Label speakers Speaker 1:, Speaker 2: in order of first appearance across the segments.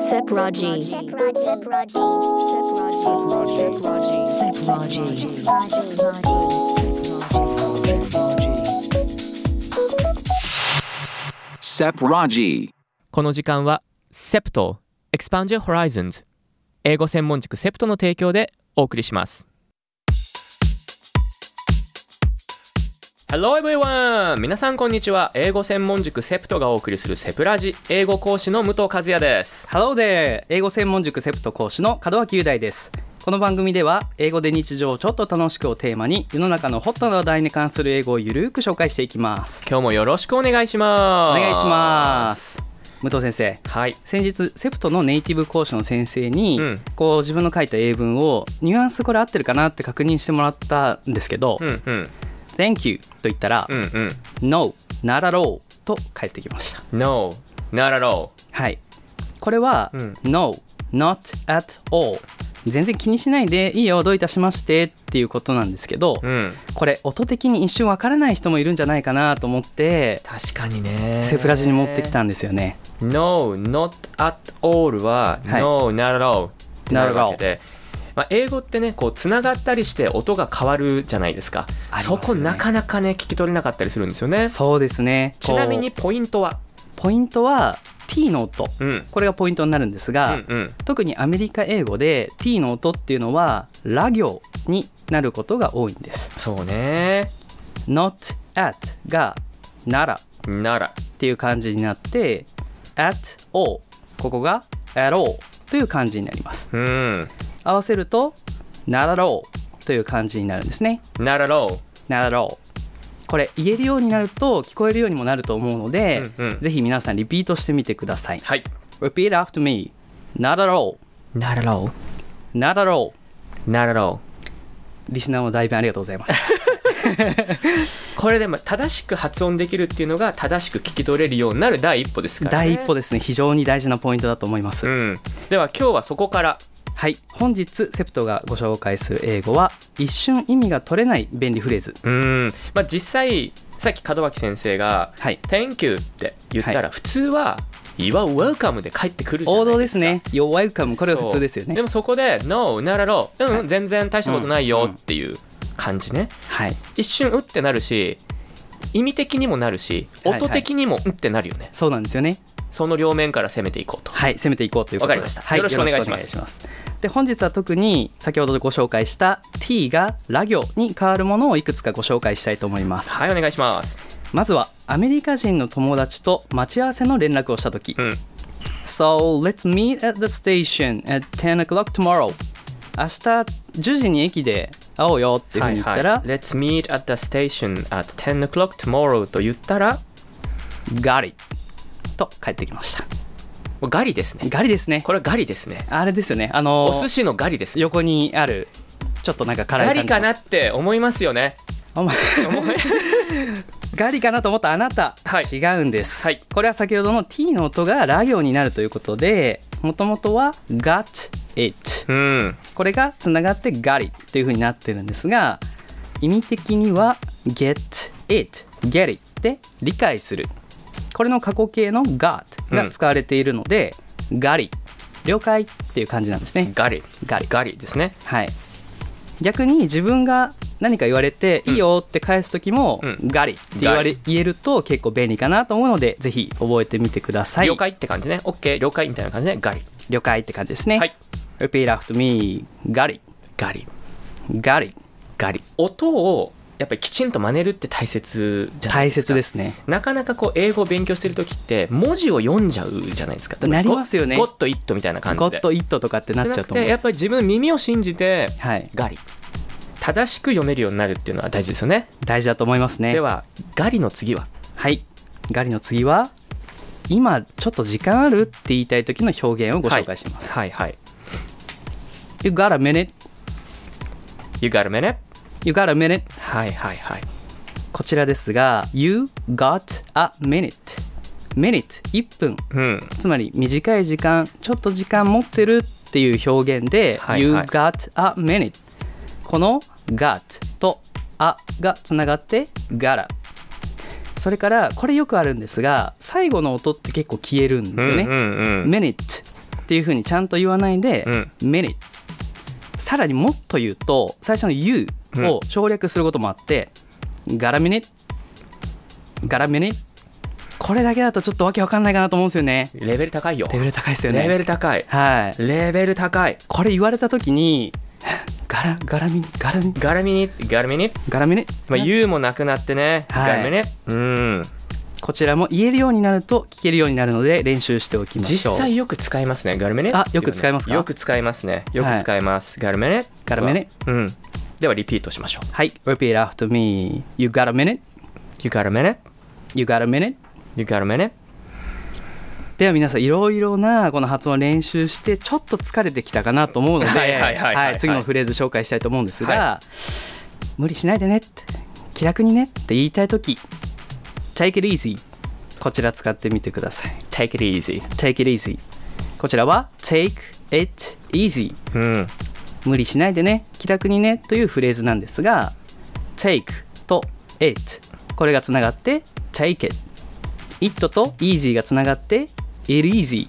Speaker 1: Sepraji.
Speaker 2: Sepraji.
Speaker 1: Sepraji.
Speaker 3: Sepraji.
Speaker 4: この時間は SEPTO Expand Your Horizons 英語専門塾 SEPTO の提供でお送りします Hello everyone! 皆さんこんにちは。英語専門塾 SEPTO がお送りするセプラジ英語講師の武藤和也です。
Speaker 5: ハローで英語専門塾セプト講師の門脇雄大ですこの番組では英語で日常をちょっと楽しくをテーマに世の中のホットな話題に関する英語をゆるーく紹介していきます
Speaker 4: 今日もよろしくお願いしま
Speaker 5: お
Speaker 4: す。
Speaker 5: 願いします武藤先生
Speaker 4: はい。
Speaker 5: 先日セプトのネイティブ講師の先生に、
Speaker 4: うん
Speaker 5: こう自分の書いた英文をニュアンスこれ合ってるかなって確認してもらったんですけど「
Speaker 4: うんうん。
Speaker 5: Thank you」と言ったら
Speaker 4: うんうん。
Speaker 5: 「No not at all」と返ってきました
Speaker 4: No, not at all.
Speaker 5: はい。これは、
Speaker 4: うん
Speaker 5: No, not at all。全然気にしないでいいよどういたしましてっていうことなんですけど、
Speaker 4: うん。
Speaker 5: これ音的に一瞬わからない人もいるんじゃないかなと思って、
Speaker 4: 確かにね。
Speaker 5: セプラジに持ってきたんですよね。
Speaker 4: No, not at all は、
Speaker 5: はい
Speaker 4: No, not at all ってな
Speaker 5: Not
Speaker 4: る
Speaker 5: at all
Speaker 4: わけで、まあ、英語ってねこうつながったりして音が変わるじゃないですか
Speaker 5: あります
Speaker 4: そ
Speaker 5: よね
Speaker 4: こなかなかね聞き取れなかったりするんですよね
Speaker 5: そうですね。
Speaker 4: ちなみに
Speaker 5: こ
Speaker 4: ポイントは、
Speaker 5: うポイントは T の音。
Speaker 4: うん、うん
Speaker 5: これがポイントになるんですが、
Speaker 4: うん
Speaker 5: 特にアメリカ英語で T の音っていうのはラ行になることが多いんです。
Speaker 4: そうね
Speaker 5: not at がなら
Speaker 4: なら
Speaker 5: っていう感じになって at all ここが at all という感じになります
Speaker 4: うん
Speaker 5: 合わせると not at all という感じになるんですね
Speaker 4: ならろ
Speaker 5: not at all これ言えるようになると聞こえるようにもなると思うので、
Speaker 4: うんうん
Speaker 5: ぜひ皆さんリピートしてみてください
Speaker 4: はい
Speaker 5: repeat after me not at all
Speaker 4: ならろ
Speaker 5: not at all
Speaker 4: ならろ
Speaker 5: リスナーの代弁ありがとうござい ます
Speaker 4: これでも正しく発音できるっていうのが正しく聞き取れるようになる第一歩ですから、ね、
Speaker 5: 第一歩ですね非常に大事なポイントだと思います、
Speaker 4: うん、では今日はそこから
Speaker 5: はい本日セプトがご紹介する英語は一瞬意味が取れない便利フレーズ
Speaker 4: うん、まあ、実際さっき門脇先生が
Speaker 5: はい
Speaker 4: Thank you って言った
Speaker 5: は
Speaker 4: ら普通は You are welcome で帰ってくるじゃな
Speaker 5: 王
Speaker 4: いですか
Speaker 5: 道ですね。You're welcome。
Speaker 4: そう
Speaker 5: これは普通ですよ
Speaker 4: で
Speaker 5: ね。
Speaker 4: もそこで No ならろうん、
Speaker 5: はい
Speaker 4: 全然大したことないよっていう感じね、
Speaker 5: はい。
Speaker 4: 一瞬うってなるし意味的にもなるし
Speaker 5: はいはい
Speaker 4: 音的にもうってなるよね、
Speaker 5: そうなんですよね。
Speaker 4: その両面から攻めていこうと
Speaker 5: はい。攻めていこうということで
Speaker 4: わかりました
Speaker 5: はい。
Speaker 4: よろしくお願いします
Speaker 5: よろくお願すで、本日は特に先ほどご紹介した t がラ行に変わるものをいくつかご紹介したいと思います。
Speaker 4: はいお願いします
Speaker 5: まずはアメリカ人の友達と待ち合わせの連絡をしたとき。
Speaker 4: うん
Speaker 5: So let's meet at the station at 10 o'clock tomorrow. 明日10時に駅で会おうよっていうふうに言ったら、
Speaker 4: はいはい、Let's meet at the station at 10 o'clock tomorrow と言ったら
Speaker 5: Got it と帰ってきました。
Speaker 4: もうガリですね
Speaker 5: ガリですね。
Speaker 4: これはガリですね
Speaker 5: あれですよね。あの
Speaker 4: お寿司のガリですね
Speaker 5: 横にあるちょっとなんか辛い
Speaker 4: ガ
Speaker 5: 感じ
Speaker 4: リかなって思いますよね
Speaker 5: お前
Speaker 4: 思い
Speaker 5: ガリかなと思ったあなた、
Speaker 4: はい
Speaker 5: 違うんです、
Speaker 4: はい
Speaker 5: これは先ほどの t の音がラ行になるということでもともとは got it
Speaker 4: うん
Speaker 5: これがつながってガリというふうになってるんですが意味的には get it get it で理解するこれの過去形の got が使われているので、ガリ了解っていう感じなんですね
Speaker 4: ガリ
Speaker 5: ガリ
Speaker 4: ガリですね
Speaker 5: はい、逆に自分が何か言われて「いいよ」って返す時も
Speaker 4: う
Speaker 5: 「
Speaker 4: ん
Speaker 5: ガリ」って言わ
Speaker 4: ガ
Speaker 5: れ
Speaker 4: リ
Speaker 5: 言えると結構便利かなと思うのでぜひ覚えてみてください
Speaker 4: 了解って感じね OK 了解みたいな感じねガリ
Speaker 5: 了解って感じですね、
Speaker 4: はい
Speaker 5: Repeat after me ガリ
Speaker 4: ガリ
Speaker 5: ガリ
Speaker 4: ガリ音をやっぱりきちんと真似るって大切じゃな
Speaker 5: 大
Speaker 4: いですか
Speaker 5: 切ですね
Speaker 4: なかなかこう英語を勉強してる時って文字を読んじゃうじゃないですか
Speaker 5: なりますよね
Speaker 4: ゴッドイットみたいな感じ
Speaker 5: ゴ
Speaker 4: で
Speaker 5: ッドイットとかってなっ
Speaker 4: じゃ
Speaker 5: ちゃ
Speaker 4: な
Speaker 5: う
Speaker 4: く
Speaker 5: と思
Speaker 4: てや
Speaker 5: う
Speaker 4: っぱり自分耳を信じて
Speaker 5: はい
Speaker 4: ガリ正しく読めるようになるっていうのは大事ですよね
Speaker 5: 大事だと思いますね
Speaker 4: ではガリの次は
Speaker 5: はいガリの次は「今ちょっと時間ある?」って言いたい時の表現をご紹介します、
Speaker 4: はいはい
Speaker 5: You got a minute
Speaker 4: You got a minute?
Speaker 5: You got a minute
Speaker 4: はいはいはい
Speaker 5: こちらですが You got a minute minute 1分
Speaker 4: うん
Speaker 5: つまり短い時間ちょっと時間持ってるっていう表現で、
Speaker 4: はい
Speaker 5: You
Speaker 4: はい
Speaker 5: got a minute この got と a がつながって gotta それからこれよくあるんですが最後の音って結構消えるんですよね、
Speaker 4: うんうんうん
Speaker 5: minute っていうふうにちゃんと言わないで、
Speaker 4: うん
Speaker 5: many さらにもっと言うと最初の you
Speaker 4: うん
Speaker 5: を省略することもあって、gotta minute gotta minute これだけだとちょっとわけわかんないかなと思うんですよね
Speaker 4: レベル高いよ
Speaker 5: レベル高いですよね
Speaker 4: レベル高い
Speaker 5: はい
Speaker 4: レベル高い
Speaker 5: これ言われた時にガラガラミガラミ
Speaker 4: ガラミニガラミニ
Speaker 5: ガラミね、
Speaker 4: まあ U もなくなってね、
Speaker 5: はい
Speaker 4: ガラミニうん
Speaker 5: こちらも言えるようになると聞けるようになるので練習しておきまし
Speaker 4: 実
Speaker 5: ょう
Speaker 4: 際よく使いますねガルメネ
Speaker 5: あよく使いますか
Speaker 4: よく使いますねよく使います、ガルメネ
Speaker 5: ガルメネ
Speaker 4: うんではリピートしましょう
Speaker 5: はい repeat after me you got a minute
Speaker 4: You got a minute?
Speaker 5: you got a minute
Speaker 4: You got a minute?
Speaker 5: では皆さんいろいろなこの発音を練習してちょっと疲れてきたかなと思うので
Speaker 4: はいはいはいはいはい
Speaker 5: はい次のフレーズ紹介したいと思うんですが、
Speaker 4: は
Speaker 5: 無理しないでねって気楽にねって言いたい時 Take it easy こちら使ってみてください
Speaker 4: Take it easy
Speaker 5: Take it easy こちらは Take it easy
Speaker 4: うん
Speaker 5: 無理しないでね気楽にねというフレーズなんですが take と it これがつながって take it it と easy がつながって it easy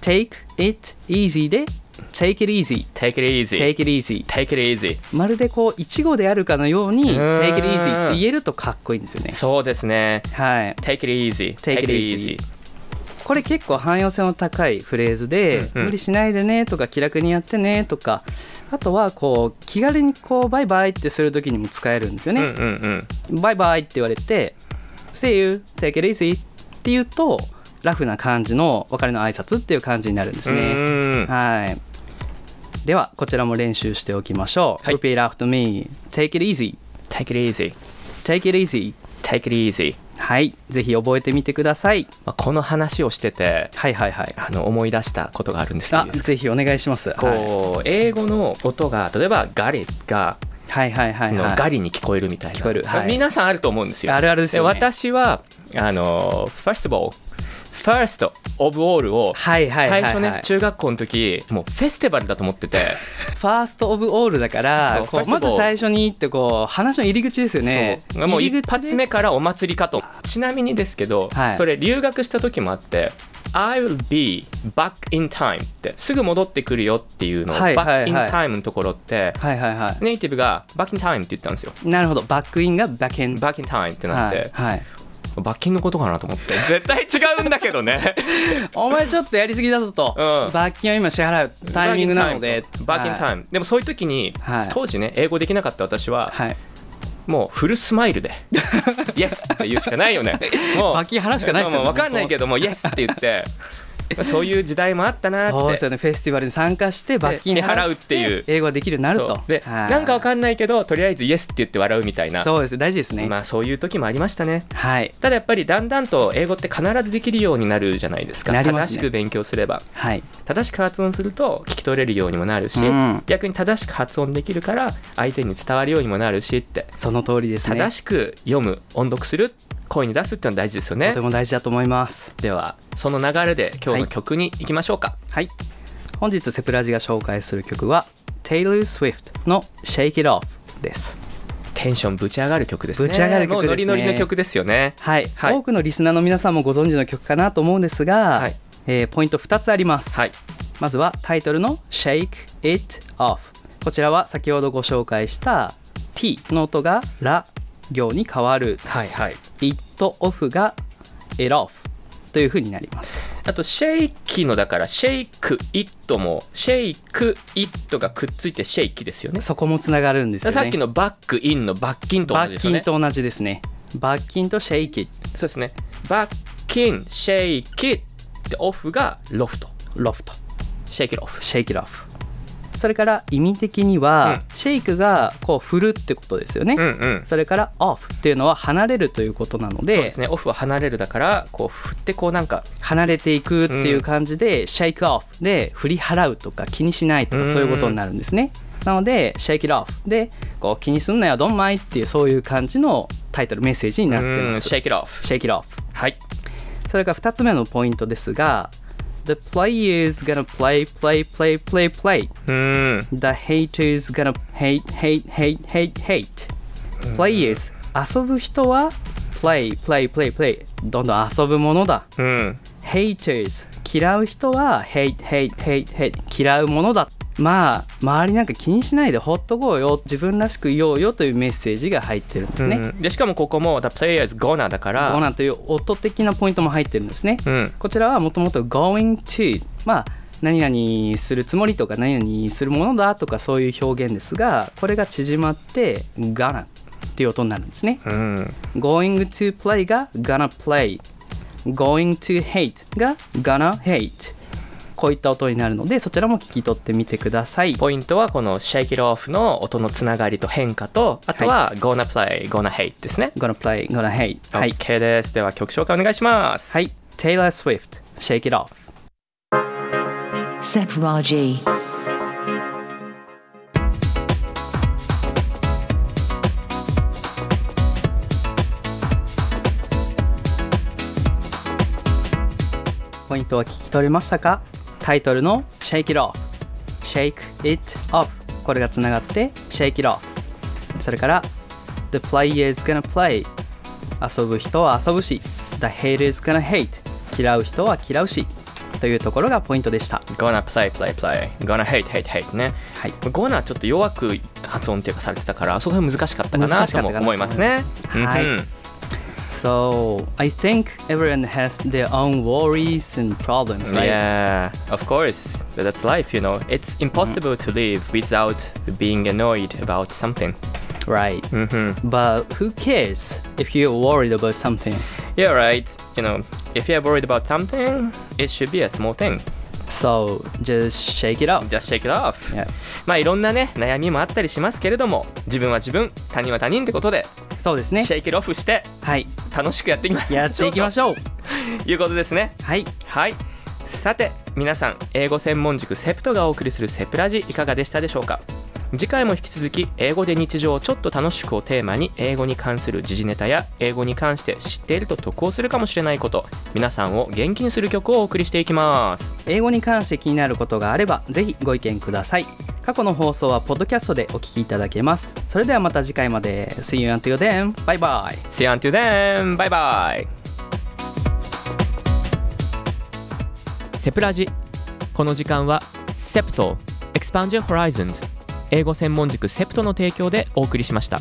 Speaker 5: take it easy で take it easy
Speaker 4: Take it easy
Speaker 5: take it easy
Speaker 4: Take it easy
Speaker 5: まるでこう一語であるかのように
Speaker 4: うーん
Speaker 5: take it easy って言えるとかっこいいんですよね
Speaker 4: そうですね
Speaker 5: はい
Speaker 4: Take it easy
Speaker 5: Take it easy これ結構汎用性の高いフレーズで、
Speaker 4: うんうん
Speaker 5: 無理しないでねとか気楽にやってねとかあとはこう気軽にこうバイバイってする時にも使えるんですよ
Speaker 4: うん
Speaker 5: ね、
Speaker 4: うん
Speaker 5: バイバイって言われて「See you take it easy」って言うとラフな感じの別れの挨拶っていう感じになるんです
Speaker 4: うん
Speaker 5: ね、
Speaker 4: うん
Speaker 5: はいではこちらも練習しておきましょう、
Speaker 4: はい
Speaker 5: Repeat after me Take it easy
Speaker 4: Take it easy
Speaker 5: Take it easy
Speaker 4: Take it easy
Speaker 5: はいぜひ覚えてみてください
Speaker 4: まあこの話をしてて
Speaker 5: はいはいはい
Speaker 4: あの思い出したことがあるんですけど
Speaker 5: あ
Speaker 4: いいですか
Speaker 5: ぜひお願いしますはい
Speaker 4: こう英語の音が例えばガリが
Speaker 5: はいはいはい
Speaker 4: その
Speaker 5: はい
Speaker 4: ガリに聞こえるみたいな、
Speaker 5: 聞こえるはい
Speaker 4: 皆さんあると思うんですよ。
Speaker 5: あるあるですよね
Speaker 4: 私はあの first of all first of all を
Speaker 5: はいはいはい、
Speaker 4: 最
Speaker 5: はい、
Speaker 4: 初ね中学校の時もうフェスティバルだと思ってて
Speaker 5: ファーストオブオールだから
Speaker 4: そう
Speaker 5: こ
Speaker 4: first
Speaker 5: う
Speaker 4: of
Speaker 5: まず
Speaker 4: all
Speaker 5: 最初にってこう話の入り口ですよね
Speaker 4: そうもう
Speaker 5: 入り
Speaker 4: 一
Speaker 5: 口で
Speaker 4: 発目からお祭りかとちなみにですけど、
Speaker 5: はい
Speaker 4: それ留学した時もあって「I'll be back in time」ってすぐ戻ってくるよっていうのを「
Speaker 5: はいはいはい
Speaker 4: back in time」のところって
Speaker 5: はいはいは
Speaker 4: ネイティブが「back in time」って言ったんですよ。
Speaker 5: いなるほどバックインがバックイン
Speaker 4: back in time ってなっ
Speaker 5: は
Speaker 4: て、
Speaker 5: い、はい、
Speaker 4: 罰金のことかなと 思って絶対違うんだけどね
Speaker 5: お前ちょっとやりすぎだぞと、
Speaker 4: うん
Speaker 5: 罰金を今支払う タイミングなので
Speaker 4: 罰金タイムでもそういう時に、
Speaker 5: はい
Speaker 4: 当時ね英語できなかった私は、
Speaker 5: はい、はい、
Speaker 4: もうフルスマイル で「イエス」って言うしかないよねもう
Speaker 5: 罰金払うしかないですよね
Speaker 4: そうもう分かんないけども「イエス」って言ってそういう時代もあったなって
Speaker 5: そうですよねフェスティバルに参加して罰金
Speaker 4: で払うっていう
Speaker 5: 英語ができるようになる
Speaker 4: そ
Speaker 5: と
Speaker 4: うで、
Speaker 5: はい
Speaker 4: なんかわかんないけどとりあえず「イエス」って言って笑うみたいな
Speaker 5: そうです大事ですね、
Speaker 4: まあそういう時もありましたね
Speaker 5: はい
Speaker 4: ただやっぱりだんだんと英語って必ずできるようになるじゃないですか
Speaker 5: なりますね
Speaker 4: 正しく勉強すれば
Speaker 5: はい
Speaker 4: 正しく発音すると聞き取れるようにもなるし、
Speaker 5: うん
Speaker 4: 逆に正しく発音できるから相手に伝わるようにもなるしって
Speaker 5: その通りですね
Speaker 4: 正しく読む音読する声に出すっていうのは大事ですよね
Speaker 5: とても大事だと思います
Speaker 4: ではその流れで今日の曲に行きましょうか、
Speaker 5: はい本日セプラジが紹介する曲は Taylor Swift の Shake It Off です
Speaker 4: テンションぶち上がる曲ですね
Speaker 5: ぶち上がる曲ですね
Speaker 4: もうノリノリの曲ですよね
Speaker 5: はい、
Speaker 4: はい
Speaker 5: 多くのリスナーの皆さんもご存知の曲かなと思うんですが、
Speaker 4: はい
Speaker 5: えーポイント2つあります、
Speaker 4: はい
Speaker 5: まずはタイトルの Shake It Off こちらは先ほどご紹介した T の音がラ行に変わる
Speaker 4: はいはい
Speaker 5: It Off が It Off というふうになります
Speaker 4: あとシェイキーのだからシェイクイットもシェイクイットがくっついてシェイキですよね
Speaker 5: そこもつながるんですよね
Speaker 4: さっきのバックインのバッキンと同
Speaker 5: 罰
Speaker 4: じですよ
Speaker 5: 金
Speaker 4: ね
Speaker 5: と同じですね罰金と Shake It
Speaker 4: そうですね。バッキン、シェイキってオフがロフト。
Speaker 5: ロフト
Speaker 4: シェイキロフ。
Speaker 5: shake it off それから意味的には、
Speaker 4: う
Speaker 5: シェイクがこう振るってことですよね、
Speaker 4: うんうん。
Speaker 5: それから off っていうのは離れるということなので
Speaker 4: そうですね。オフは離れるだから、こう振ってこうなんか、
Speaker 5: 離れていくっていう感じで、shake off で振り払うとか気にしないとか
Speaker 4: うん
Speaker 5: そういうことになるんですね、なので shake it off でこう気にすんなよドンマイっていうそういう感じのタイトルメッセージにな
Speaker 4: う
Speaker 5: ってま
Speaker 4: ん、
Speaker 5: す
Speaker 4: シェイキロフ。
Speaker 5: shake it off
Speaker 4: はい。
Speaker 5: それから2つ目のポイントですが The player's gonna play play play play play
Speaker 4: うん。
Speaker 5: The haters gonna hate, hate, hate, hate, hate. Players. 遊ぶ人は play, play, play, play. どんどん遊ぶものだ。
Speaker 4: うん。
Speaker 5: haters 嫌う人は hate hate hate hate 嫌うものだまあ周りなんか気にしないでほっとこうよ自分らしくいようよというメッセージが入ってるんですね、
Speaker 4: うんでしかもここも The player is gonna だから
Speaker 5: ゴナという音的なポイントも入ってるんですね、
Speaker 4: うん
Speaker 5: こちらはもともと going to まあ何々するつもりとか何々するものだとかそういう表現ですがこれが縮まって gonna っていう音になるんですね、
Speaker 4: うん
Speaker 5: going to play が gonna play going to hate が gonna hate こういった音になるのでそちらも聞き取ってみてください
Speaker 4: ポイントはこの Shake It Off の音のつながりと変化とあとは Gonna Play Gonna Hate ですね
Speaker 5: gonna play gonna hate はい
Speaker 4: OK ですでは曲紹介お願いします
Speaker 5: はい Taylor Swift Shake It Off
Speaker 1: Sep Raji.
Speaker 5: ポイントは聞き取れましたかタイトルの Shake It Off Shake It Off これがつながって Shake It Off それから The player is gonna play 遊ぶ人は遊ぶし The hater is gonna hate 嫌う人は嫌うしというところがポイントでした
Speaker 4: Gonna Play Play Play Gonna Hate Hate Hate ね
Speaker 5: はい
Speaker 4: Gonna ちょっと弱く発音っていうかされてたからあそこが難しかったかな
Speaker 5: 難し
Speaker 4: と
Speaker 5: かったかな
Speaker 4: も思いますね
Speaker 5: はい
Speaker 4: うんうん
Speaker 5: So I think everyone has their own worries and problems right?
Speaker 4: Yeah, of course. But That's life, you know. It's impossible to live without being annoyed about something.
Speaker 5: Right
Speaker 4: hmm
Speaker 5: But who cares if you're worried about something?
Speaker 4: Yeah, right. You know, if you're worried about something, it should be a small thing.
Speaker 5: So just shake it off
Speaker 4: Just shake it off.
Speaker 5: Yeah.
Speaker 4: まあいろんなね悩みもあったりしますけれども、自分は自分、他人は他人ってことで、
Speaker 5: そうですね
Speaker 4: shake it off して
Speaker 5: はい
Speaker 4: 楽しくやっていきましょう。
Speaker 5: やっていきましょう。
Speaker 4: ということですね。
Speaker 5: はい。
Speaker 4: はい。さて皆さん英語専門塾セプトがお送りするセプラジいかがでしたでしょうか次回も引き続き英語で日常をちょっと楽しくをテーマに英語に関する時事ネタや英語に関して知っていると得をするかもしれないこと皆さんを元気にする曲をお送りしていきます
Speaker 5: 英語に関して気になることがあれば、ぜひご意見ください。過去の放送はポッドキャストでお聞きいただけます。それではまた次回まで。See you until then. Bye bye.
Speaker 4: See you until then! バイバイセプラジこの時間はセプト Expand Your Horizons 英語専門塾セプトの提供でお送りしました。